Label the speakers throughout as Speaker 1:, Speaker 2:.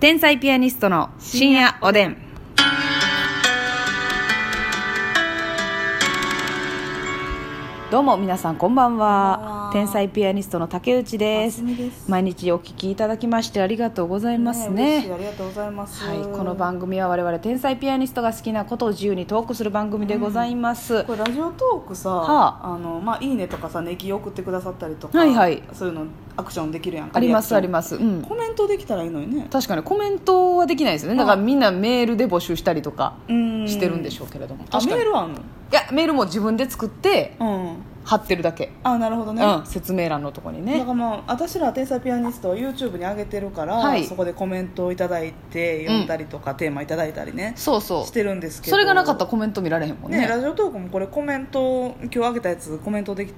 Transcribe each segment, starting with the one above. Speaker 1: 天才ピアニストの深夜おでん。どうも皆さんこんばん
Speaker 2: こんばん
Speaker 1: は
Speaker 2: は。
Speaker 1: 天才ピアニストの竹内です
Speaker 2: ます。みです
Speaker 1: 毎日お聞きいただきましてありがとうございますね。
Speaker 2: 嬉しいありがとうございます。
Speaker 1: はい、この番組は我々天才ピアニストが好きなことを自由にトークする番組でございます、
Speaker 2: これラジオトークさ、
Speaker 1: は
Speaker 2: あ、のまあいいねとかさネギ送ってくださったりとか、
Speaker 1: はいはい
Speaker 2: そういうのアクションできるやんか。
Speaker 1: ありますあり
Speaker 2: す。
Speaker 1: ますうん
Speaker 2: コメントできたらいいのにね。
Speaker 1: 確かにコメントはできないですよねだから
Speaker 2: はい
Speaker 1: みんなメールで募集したりとか
Speaker 2: うん
Speaker 1: してるんでし
Speaker 2: ょ。
Speaker 1: ょうけれども
Speaker 2: あ
Speaker 1: 確
Speaker 2: メ
Speaker 1: かに
Speaker 2: ー
Speaker 1: い
Speaker 2: ルあんの？
Speaker 1: やメールも自分で作って
Speaker 2: うん。
Speaker 1: 貼ってるだけ、
Speaker 2: あなるほどね。
Speaker 1: うん、説明欄のとこに
Speaker 2: だか
Speaker 1: ね
Speaker 2: らまあ私ら天才ピアニストは YouTube に上げてるから、
Speaker 1: はい
Speaker 2: そこでコメントをいただいて読んだりとか、テーマいただいたりね
Speaker 1: そうそ
Speaker 2: し
Speaker 1: う
Speaker 2: てるんですけど
Speaker 1: それがなかったらコメント見られへんもんね
Speaker 2: ねラジオトークもこれコメント今日あげたやつコメントでき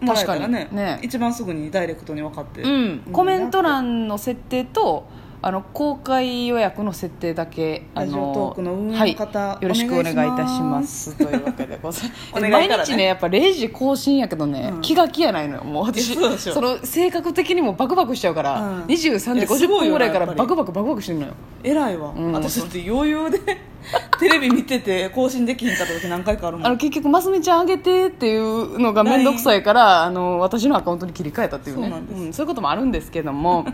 Speaker 2: もらえたらね
Speaker 1: 確かにね
Speaker 2: 一番すぐにダイレクトに分かって、
Speaker 1: うん、コメント欄の設定とあの公開予約の設定だけあ
Speaker 2: ラジオトークの運営の方
Speaker 1: はい、よろしくお願いいたしますというわけでございま
Speaker 2: お
Speaker 1: す、
Speaker 2: 願い
Speaker 1: 毎
Speaker 2: からね
Speaker 1: 日ねやっぱ0時更新やけどね、
Speaker 2: うん
Speaker 1: 気が気やないのよもう私
Speaker 2: いやそうでしょ
Speaker 1: の性格的にもバクバクしちゃうから、
Speaker 2: うん
Speaker 1: 23時
Speaker 2: いや
Speaker 1: 50
Speaker 2: すごい
Speaker 1: 分
Speaker 2: よ
Speaker 1: ぐらいから
Speaker 2: やっぱり
Speaker 1: バクバクバクバクしてるのよ
Speaker 2: 偉いわ、
Speaker 1: うん
Speaker 2: 私だって余裕で テレビ見てて更新できひんかった時何回かあるもん
Speaker 1: あの結局ますみちゃんあげてっていうのが面倒くさいからあの私のアカウントに切り替えたっていうね
Speaker 2: そうなんです
Speaker 1: そういうこともあるんですけど も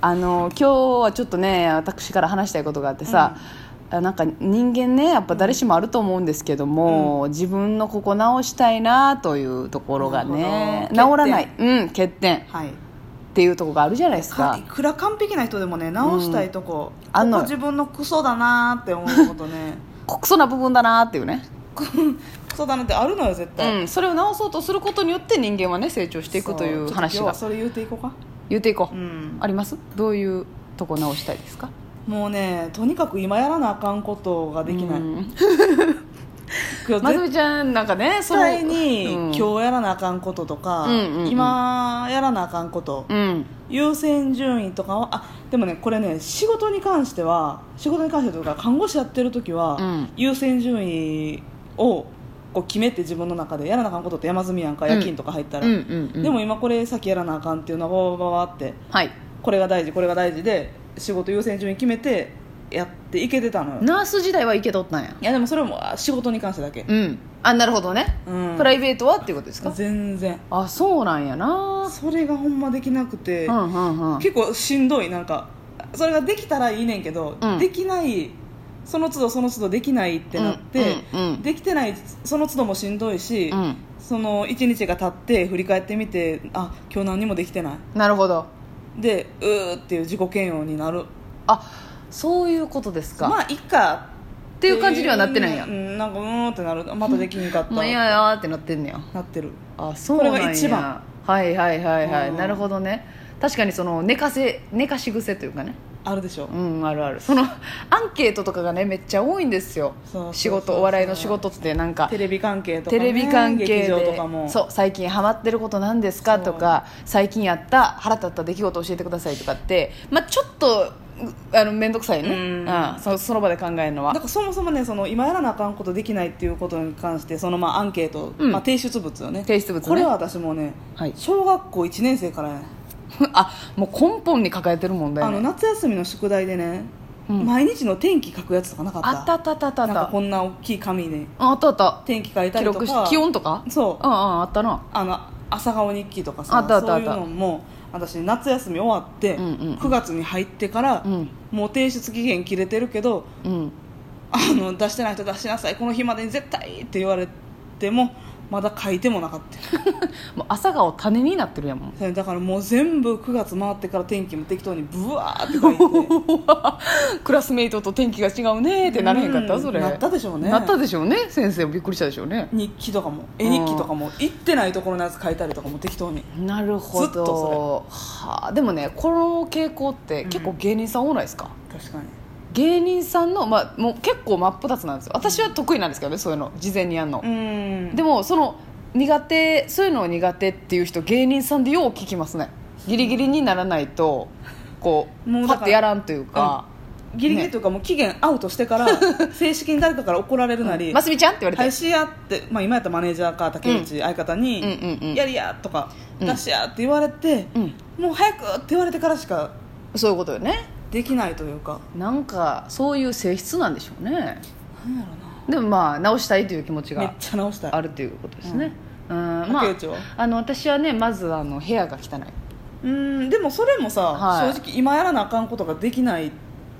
Speaker 1: あの今日はちょっとね私から話したいことがあってさ、あなんか人間ねやっぱ誰しもあると思うんですけども、自分のここ直したいなというところがね治
Speaker 2: なるほど
Speaker 1: らないうん欠点
Speaker 2: はい
Speaker 1: っていうところがあるじゃないです
Speaker 2: か
Speaker 1: か
Speaker 2: いくら完璧な人でもね直したいとこ、
Speaker 1: あんの
Speaker 2: こ
Speaker 1: よ
Speaker 2: こ自分のクソだなーって思うこ とね
Speaker 1: クソな部分だなっていうね、
Speaker 2: クソだなってあるのよ絶対、
Speaker 1: うん、それを直そうとすることによって人間はね成長していくという
Speaker 2: そ
Speaker 1: 話
Speaker 2: ちょっと今日は
Speaker 1: が
Speaker 2: それ言うていこうか
Speaker 1: 言っていこう、
Speaker 2: うん
Speaker 1: ありますどういうとこ直したいですか
Speaker 2: もうねとにかく今やらなあかんことができない、
Speaker 1: うん
Speaker 2: 今日
Speaker 1: まつみちゃんなんかね
Speaker 2: 絶対に
Speaker 1: うん
Speaker 2: 今日やらなあかんこととか、
Speaker 1: うんうんうん
Speaker 2: 今やらなあかんこと、
Speaker 1: うん
Speaker 2: 優先順位とかはあでもねこれね仕事に関しては仕事に関してとか看護師やってる時は、
Speaker 1: うん
Speaker 2: 優先順位をこう決めて自分の中でやらなあかんことって山積みやんか
Speaker 1: うん
Speaker 2: 夜勤とか入った
Speaker 1: う
Speaker 2: ら、
Speaker 1: んうんうん
Speaker 2: でも今これ先やらなあかんっていうのがババババって
Speaker 1: はい
Speaker 2: これが大事これが大事で仕事優先順位決めてやっていけてたのよ
Speaker 1: ナース時代はいけとったんや
Speaker 2: いやでもそれもあ仕事に関してだけ、
Speaker 1: うんあなるほどね、
Speaker 2: うん
Speaker 1: プライベートはっていうことですか
Speaker 2: 全然
Speaker 1: あそうなんやな
Speaker 2: それがほんまできなくて、
Speaker 1: うんうんうん
Speaker 2: 結構しんどいなんかそれができたらいいねんけど、
Speaker 1: うん
Speaker 2: できないその都度その都度できないってなって、
Speaker 1: うんうんうん
Speaker 2: できてないその都度もしんどいし、
Speaker 1: うん
Speaker 2: その1日が経って振り返ってみてあ今日何もできてな
Speaker 1: なるほど
Speaker 2: いでうーっていう自己嫌悪になる
Speaker 1: あそういうことですか、
Speaker 2: まあいっかって
Speaker 1: いう感じにはなってないんや
Speaker 2: うんなんかうーんってなるまたできんかった
Speaker 1: もういやいやーってなってんねや
Speaker 2: なってる
Speaker 1: あそうなんや
Speaker 2: これが一番
Speaker 1: はいはいはいはい、
Speaker 2: うん
Speaker 1: なるほどね確かにその寝かせ寝かし癖というかね
Speaker 2: あるでしょ、
Speaker 1: うんあるあるそのアンケートとかがねめっちゃ多いんですよ
Speaker 2: そうそうそう
Speaker 1: 仕事お笑いの仕事ってなんか
Speaker 2: テレビ関係とか、
Speaker 1: テ
Speaker 2: ね、
Speaker 1: レビ関係
Speaker 2: 劇場
Speaker 1: で
Speaker 2: とかも
Speaker 1: そう最近ハマってることなんですか
Speaker 2: そう
Speaker 1: とか最近やった腹立った出来事教えてくださいとかって、まあ、ちょっとうあの面倒くさいね、
Speaker 2: う
Speaker 1: うんんそその場で考えるの
Speaker 2: だ
Speaker 1: は
Speaker 2: からそもそもねその今やらなあかんことできないっていうことに関してそのまあアンケート、
Speaker 1: うん
Speaker 2: まあ、提出物よね
Speaker 1: 提出物ね
Speaker 2: これは私もね、
Speaker 1: はい
Speaker 2: 小学校1年生からやね
Speaker 1: あもう根本に抱えてる問題
Speaker 2: あ
Speaker 1: ね
Speaker 2: の夏休みの宿題でね、
Speaker 1: うん
Speaker 2: 毎日の天気書くやつとかなかった
Speaker 1: あったあったあったあったあ
Speaker 2: なんかこんな大きい紙で
Speaker 1: ったあった
Speaker 2: 天気書いた
Speaker 1: 記
Speaker 2: りとか
Speaker 1: 録し気温とか
Speaker 2: そ
Speaker 1: う
Speaker 2: う
Speaker 1: んうんあったな
Speaker 2: あの朝顔日記とかさ
Speaker 1: あったあったあった
Speaker 2: そういうのも私夏休み終わって、
Speaker 1: うんうん
Speaker 2: 9月に入ってから、
Speaker 1: うん
Speaker 2: もう提出期限切れてるけど
Speaker 1: うん
Speaker 2: あの出してない人出しなさいこの日までに絶対って言われてもまだ書いてもなかった
Speaker 1: もう朝顔種になってるやんもん
Speaker 2: そ れだからもう全部9月回ってから天気も適当にブワーって書いて
Speaker 1: クラスメイトと天気が違うねってならへんかった、
Speaker 2: うん
Speaker 1: それ
Speaker 2: なったでしょうね
Speaker 1: なったでしょうね先生もびっくりしたでしょうね
Speaker 2: 日記とかも絵日記とかも行ってないところのやつ書いたりとかも適当に
Speaker 1: なるほ
Speaker 2: ずっと
Speaker 1: どはあでもねこの傾向って結構芸人さん多ないですか、
Speaker 2: 確かに
Speaker 1: 芸人さんの、まあ、もう結構真っ二つなんですよ私は得意なんですけどねそういうの事前にやるの
Speaker 2: う、ん
Speaker 1: で
Speaker 2: も
Speaker 1: もその苦手そういうのを苦手っていう人芸人さんでよう聞きますねギリギリにならないとこう
Speaker 2: もうだ
Speaker 1: パ
Speaker 2: から
Speaker 1: ッてやらんというか
Speaker 2: ギリギリというかもう期限アウトしてから 正式に誰かから怒られる
Speaker 1: 「
Speaker 2: なり
Speaker 1: ますみちゃん」って言われて、
Speaker 2: 廃止やって、まあ、今やったらマネージャーか竹内相方に
Speaker 1: うんうんうんうん
Speaker 2: やりや」とか「
Speaker 1: うん
Speaker 2: 出しや」って言われて
Speaker 1: うん
Speaker 2: もう早くって言われてからしか
Speaker 1: そういうことよね
Speaker 2: できないというか
Speaker 1: なんかそういう性質なんでしょうね
Speaker 2: なんやろな
Speaker 1: でもまあ直したいという気持ち
Speaker 2: めっ
Speaker 1: が
Speaker 2: ちゃ直したい
Speaker 1: あるということですね、うんまあ
Speaker 2: 竹内は
Speaker 1: あの私はねまずあの部屋が汚い
Speaker 2: うんでもそれもさ、
Speaker 1: はい
Speaker 2: 正直今やらなあかんことができないっていう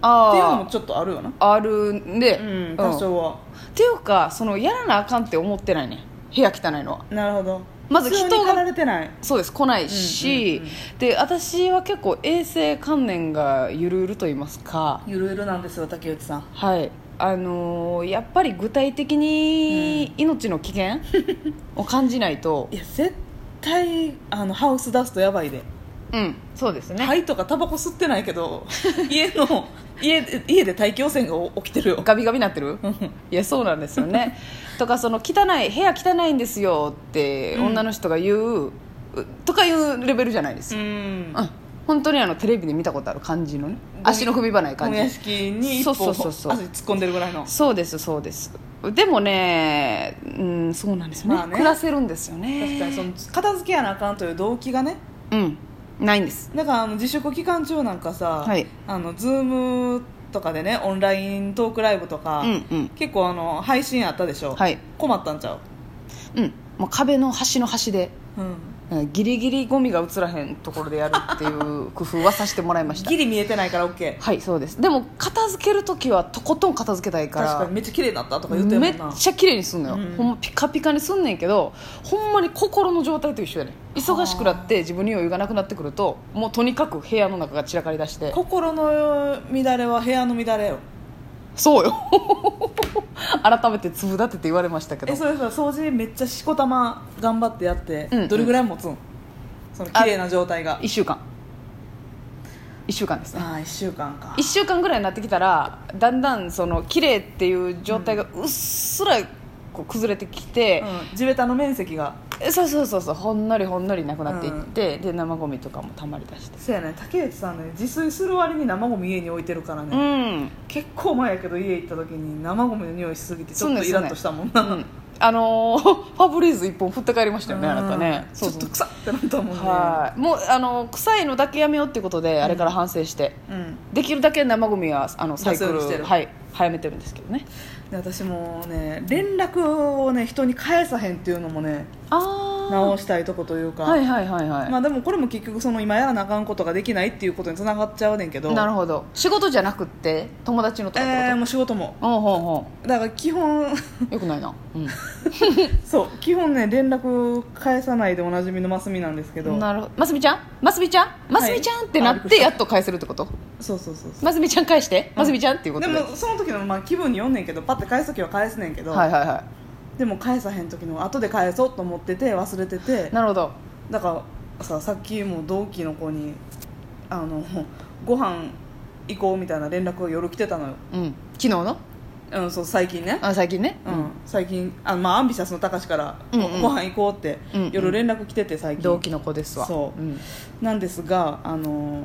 Speaker 2: のも
Speaker 1: あ
Speaker 2: ちょっとあるよな
Speaker 1: ああるんで、
Speaker 2: うん
Speaker 1: うん
Speaker 2: 多少は、
Speaker 1: っていうかそのやらなあかんって思ってないね部屋汚いのは
Speaker 2: なるほど
Speaker 1: まず人が
Speaker 2: 必要に駆られてない
Speaker 1: そうです来ないし、
Speaker 2: うんうん
Speaker 1: で私は結構衛生観念がゆるゆると言いますか
Speaker 2: ゆるゆるなんですよ竹内さん
Speaker 1: はいあのーやっぱり具体的に命の危険を感じないと
Speaker 2: いや絶対あのハウスダストやばいで
Speaker 1: うんそうですね、
Speaker 2: 灰とかタバコ吸ってないけど家の家で家で大気汚染が起きてるよ
Speaker 1: ガビガビなってる いやそうなんですよ ねとかその汚い部屋汚いんですよって
Speaker 2: うん
Speaker 1: 女の人が言う、うとかいうレベルじゃないです
Speaker 2: う
Speaker 1: よ、
Speaker 2: ん
Speaker 1: うん本当にあのテレビで見たことある感じのね足の踏み場ない
Speaker 2: ゴ
Speaker 1: 感
Speaker 2: ミ
Speaker 1: じ
Speaker 2: 屋敷に一歩
Speaker 1: そうそうそうそう
Speaker 2: 足突っ込んでるぐらいの
Speaker 1: そうですそうですでもねうんそうなんですよね,、
Speaker 2: まあね
Speaker 1: 暮らせるんですよ
Speaker 2: 確
Speaker 1: ね
Speaker 2: かにその片付けやなあかんという動機がね
Speaker 1: うんないんです
Speaker 2: だからあの自粛期間中なんかさ、
Speaker 1: はい
Speaker 2: あのズームとかでねオンライントークライブとか、
Speaker 1: うんうん
Speaker 2: 結構あの配信あったでしょ、
Speaker 1: はい
Speaker 2: 困ったんちゃう、
Speaker 1: うんもう壁の端の端で
Speaker 2: うん、
Speaker 1: うんギリギリゴミが映らへんところでやるっていう工夫はさせてもらいました
Speaker 2: ギリ見えてないから OK
Speaker 1: はいそうですでも片付ける時はとことん片付けたいから
Speaker 2: 確かにめっちゃ綺麗になったとか言ってるも
Speaker 1: め
Speaker 2: ん
Speaker 1: っ
Speaker 2: な
Speaker 1: ちゃ綺麗にすんのよ、
Speaker 2: うん
Speaker 1: ほんまピカピカにすんねんけどほんまに心の状態と一緒やねん忙しくなって自分に余裕がなくなってくるともうとにかく部屋の中が散らかりだして
Speaker 2: 心の乱れは部屋の乱れよ
Speaker 1: そうよ 改めて粒立てて言われましたけど
Speaker 2: えそれさ掃除めっちゃしこたま頑張ってやって、
Speaker 1: うん
Speaker 2: どれぐらい持つんその綺麗な状態が
Speaker 1: 1週間1週間ですね
Speaker 2: ああ1週間か
Speaker 1: 1週間ぐらいになってきたらだんだんその綺麗っていう状態がうっすらこう崩れてきて、
Speaker 2: うん、地べたの面積が
Speaker 1: えそうそうそうそうほんのりほんのりなくなっていって、で生ゴミとかもたまりだして
Speaker 2: そうやね竹内さんね自炊する割に生ゴミ家に置いてるから
Speaker 1: う
Speaker 2: ね、
Speaker 1: ん
Speaker 2: 結構前やけど家行った時に生ゴミの匂いしすぎてち
Speaker 1: そ
Speaker 2: ょ
Speaker 1: う
Speaker 2: っ
Speaker 1: ね
Speaker 2: とイラッとしたもんな、
Speaker 1: うんあのー ファブリーズ一本振って帰りましたよねあなたね
Speaker 2: うん
Speaker 1: そうそう
Speaker 2: ちょっと臭ってなったもんね
Speaker 1: はいもうあのー臭いのだけやめようってことで、あれから反省して
Speaker 2: うん
Speaker 1: できるだけ生ゴミはあのサイク
Speaker 2: 出すようにして
Speaker 1: ル
Speaker 2: る
Speaker 1: はい早めてるんですけどね
Speaker 2: で私もね連絡をね人に返さへんっていうのもね
Speaker 1: あ
Speaker 2: 直したいとこというか、
Speaker 1: はいはいはいはい、
Speaker 2: まあでもこれも結局その今やらなあかんことができないっていうことにつながっちゃうねんけど
Speaker 1: なるほど仕事じゃなくって友達のとかってこと、
Speaker 2: えーもう仕事も
Speaker 1: うんほんほ
Speaker 2: だから基本
Speaker 1: んよくないな、う
Speaker 2: そう基本ね連絡返さないでおなじみのマスミなんですけど
Speaker 1: ん、なるほどますみちゃんますみちゃんますみちゃんってな
Speaker 2: あびっ
Speaker 1: っ
Speaker 2: くり
Speaker 1: て
Speaker 2: した
Speaker 1: やっと返せるってこと
Speaker 2: そうそうそうそ
Speaker 1: ますみちゃん返してますみちゃんっていうこ
Speaker 2: うで
Speaker 1: とで
Speaker 2: もその時のまあ気分によんねんけどパッて返す時は返すねんけど、
Speaker 1: はいはいはい
Speaker 2: でも返さへん時の後で返そうと思ってて忘れてて
Speaker 1: なるほど
Speaker 2: だからささっきも同期の子にあのご飯行こうみたいな連絡が夜来てたのよ、
Speaker 1: うん昨日の
Speaker 2: うん、そう最近ね、
Speaker 1: あ最近ね、
Speaker 2: うん最近あの、まあ、アンビシャスのたかしから、
Speaker 1: うんうん
Speaker 2: ご飯行こうって、
Speaker 1: うんうん
Speaker 2: 夜連絡来てて最近
Speaker 1: 同期の子ですわ
Speaker 2: そう
Speaker 1: うん
Speaker 2: なんですがあの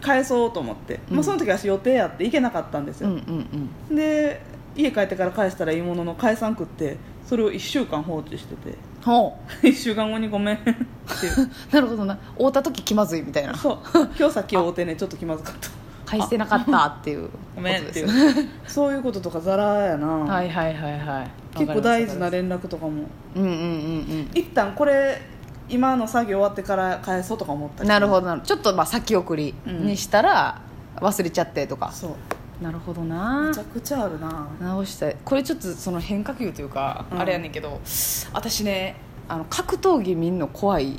Speaker 2: 返そうと思って、
Speaker 1: うん
Speaker 2: まあ、その時私予定やって行けなかったんです
Speaker 1: うん
Speaker 2: よ、
Speaker 1: うん
Speaker 2: で家帰ってから返したらいいものの返さんくってそれを1週間放置してて
Speaker 1: うんほ
Speaker 2: 1週間後にご めんっていう
Speaker 1: うなるほどな会うた時気まずいみたいな
Speaker 2: そう今日さっき会うてねちょっと気まずかった
Speaker 1: 返してなかったっていうことですよね
Speaker 2: うそういうこととかザラやな、
Speaker 1: はいはいはいはい
Speaker 2: 結構大事な
Speaker 1: わかり
Speaker 2: 連絡とかも
Speaker 1: ますうんうんうん
Speaker 2: 一旦これ今の作業終わってから返そうとか思った
Speaker 1: うんなるほ
Speaker 2: ど
Speaker 1: どなるほどちょっとまあ先送りにしたら忘れちゃってとか、
Speaker 2: そう
Speaker 1: なるほど
Speaker 2: め
Speaker 1: な
Speaker 2: ちゃくちゃあるな
Speaker 1: 直したいこれちょっとその変化球というか、
Speaker 2: うん
Speaker 1: あれやねんけど私ねあの格闘技見んの怖い、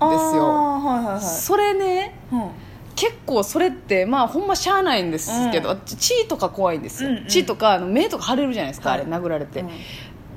Speaker 2: あー
Speaker 1: ですよ
Speaker 2: はいはいはい
Speaker 1: それね
Speaker 2: うん
Speaker 1: 結構それってまあほんましゃあないんですけど、
Speaker 2: う
Speaker 1: 血とか怖いんですよ、
Speaker 2: うんうん
Speaker 1: 血とかあの目とか腫れるじゃないですか、
Speaker 2: はい
Speaker 1: あれ殴られて、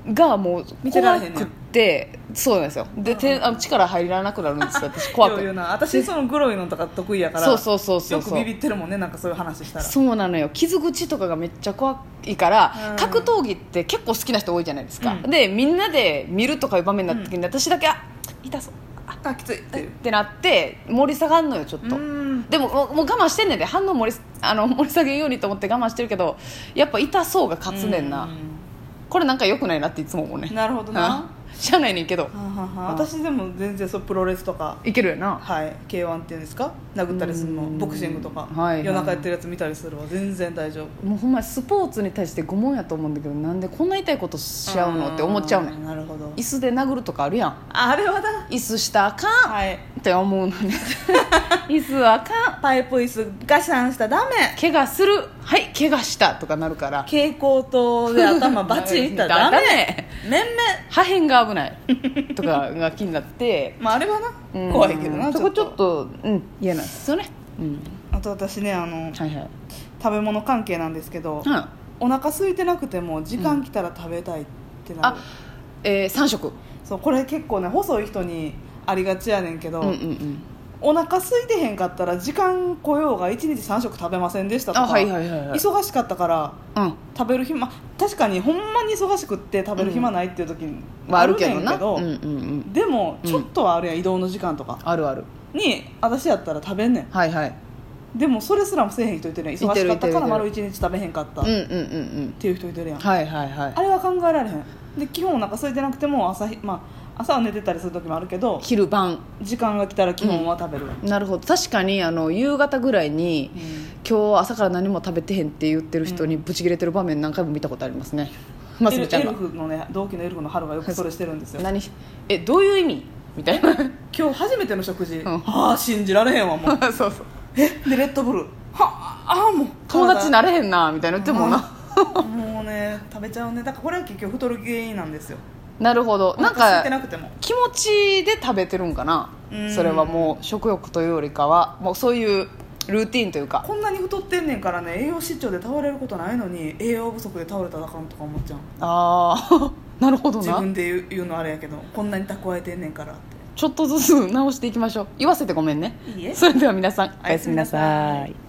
Speaker 2: う
Speaker 1: がもう
Speaker 2: 見てら
Speaker 1: 怖
Speaker 2: れへんねん
Speaker 1: くってそうなんですよで、手あの力入らなくなるんですよ私
Speaker 2: ん
Speaker 1: 怖く
Speaker 2: よう言うな私そのグロいのとか得意やから
Speaker 1: そうそうそうそう
Speaker 2: よくビビってるもんねなんかそういう話したら
Speaker 1: そうなのよ傷口とかがめっちゃ怖いから、
Speaker 2: うん
Speaker 1: 格闘技って結構好きな人多いじゃないですか、
Speaker 2: うん
Speaker 1: でみんなで見るとかいう場面になった時に、私だけあ痛そうあ
Speaker 2: あきついっていう
Speaker 1: ってなって盛り下がんのよちょっ
Speaker 2: う
Speaker 1: と、
Speaker 2: ん
Speaker 1: でももうもう我慢してんねんで反応盛りあの盛り下げようにと思って我慢してるけどやっぱ痛そうが勝つねんな、
Speaker 2: う
Speaker 1: これなんか良くないなっていつも思うね
Speaker 2: なるほどな
Speaker 1: しゃあないねんけど
Speaker 2: ははは私でも全然そうプロレスとか
Speaker 1: いけるよな
Speaker 2: はい、K1 っていうんですか殴ったりするの
Speaker 1: うん
Speaker 2: ボクシングとか、
Speaker 1: はいはい
Speaker 2: 夜中やってるやつ見たりするわ全然大丈夫
Speaker 1: もうほんまスポーツに対して愚問やと思うんだけどなんでこんな痛いことしちゃうのって思っちゃうね
Speaker 2: あ
Speaker 1: ん
Speaker 2: ーなるほど
Speaker 1: 椅子で殴るとかあるやん
Speaker 2: あれはだ
Speaker 1: 椅子したらあかん
Speaker 2: はい
Speaker 1: って思うの に椅子はあかん
Speaker 2: パイプ椅子ガシャンしたらダメ
Speaker 1: 怪我するはい怪我したとかなるから
Speaker 2: 蛍光灯で頭バチいったらダ メ
Speaker 1: メ
Speaker 2: 面
Speaker 1: 破片が危ないとかが気にな って
Speaker 2: 々まああれは
Speaker 1: うん
Speaker 2: な怖いけどな
Speaker 1: そこちょっとうん嫌なんですよねうん
Speaker 2: あと私ねあの
Speaker 1: はいはい
Speaker 2: 食べ物関係なんですけど、
Speaker 1: うん
Speaker 2: お腹空いてなくても時間来たら食べたいってな
Speaker 1: あ
Speaker 2: る、
Speaker 1: えー、3食
Speaker 2: そうこれ結構ね細い人にありがちやねんけど、
Speaker 1: うんうんうん
Speaker 2: お腹空いてへんかったら時間来ようが1日3食食べませんでしたとか、
Speaker 1: あはいはいはいはい
Speaker 2: 忙しかったから
Speaker 1: うん
Speaker 2: 食べる暇確かにほんまに忙しくって食べる暇ないっていう時に
Speaker 1: はあるけど
Speaker 2: ねん
Speaker 1: なうんうんうん
Speaker 2: でも
Speaker 1: うん
Speaker 2: ちょっとはあるやん、移動の時間とか
Speaker 1: あるある
Speaker 2: に私やったら食べんね
Speaker 1: はいはい
Speaker 2: んでもそれすらもせえへん人いてるやん忙しか
Speaker 1: い
Speaker 2: って
Speaker 1: る
Speaker 2: た
Speaker 1: いて
Speaker 2: か
Speaker 1: る
Speaker 2: ら丸1日食べへんかったっ
Speaker 1: うんうんうんうん
Speaker 2: ていう人いてるやん、
Speaker 1: はいはいはい
Speaker 2: あれは考えられへんで基本お腹空いてなくても朝ひ、まあ、朝は寝てたりする時もあるけど
Speaker 1: 昼晩
Speaker 2: 時間が来たら基本は食べる、
Speaker 1: なるほど確かにあの夕方ぐらいに、今日朝から何も食べてへんって言ってる人にブチ切れてる場面何回も見たことありますね、ます
Speaker 2: エル
Speaker 1: みちゃ
Speaker 2: エ
Speaker 1: ん
Speaker 2: ル
Speaker 1: が
Speaker 2: フのね同期のエルフの春がよくそれしてるんですよ
Speaker 1: 何えどういう意味みたい な
Speaker 2: 今日初めての食事、
Speaker 1: ん
Speaker 2: ああ信じられへんわもう
Speaker 1: そうそう
Speaker 2: えでレッドブルはああもう
Speaker 1: 友達に
Speaker 2: な
Speaker 1: なれへんなみたいな言ってもんな、
Speaker 2: もうね食べちゃうねだからこれは結局太る原因なんですよ
Speaker 1: なるほどなん
Speaker 2: お腹空いて
Speaker 1: か
Speaker 2: なくても
Speaker 1: 気持ちで食べてるんかな
Speaker 2: うん
Speaker 1: それはもう食欲というよりかはもうそういうルーティンというか
Speaker 2: こんなに太ってんねんからね栄養失調で倒れることないのに栄養不足で倒れたらあかんとか思っちゃう
Speaker 1: ああ なるほど
Speaker 2: 自
Speaker 1: な
Speaker 2: 分で言う言うのあれやけどこんなに蓄えてんねんからって
Speaker 1: ちょっとずつ直していきましょう言わせてごめんね
Speaker 2: いいえ
Speaker 1: それでは皆さんおやすみな
Speaker 2: おやす
Speaker 1: さ
Speaker 2: みなさ
Speaker 1: い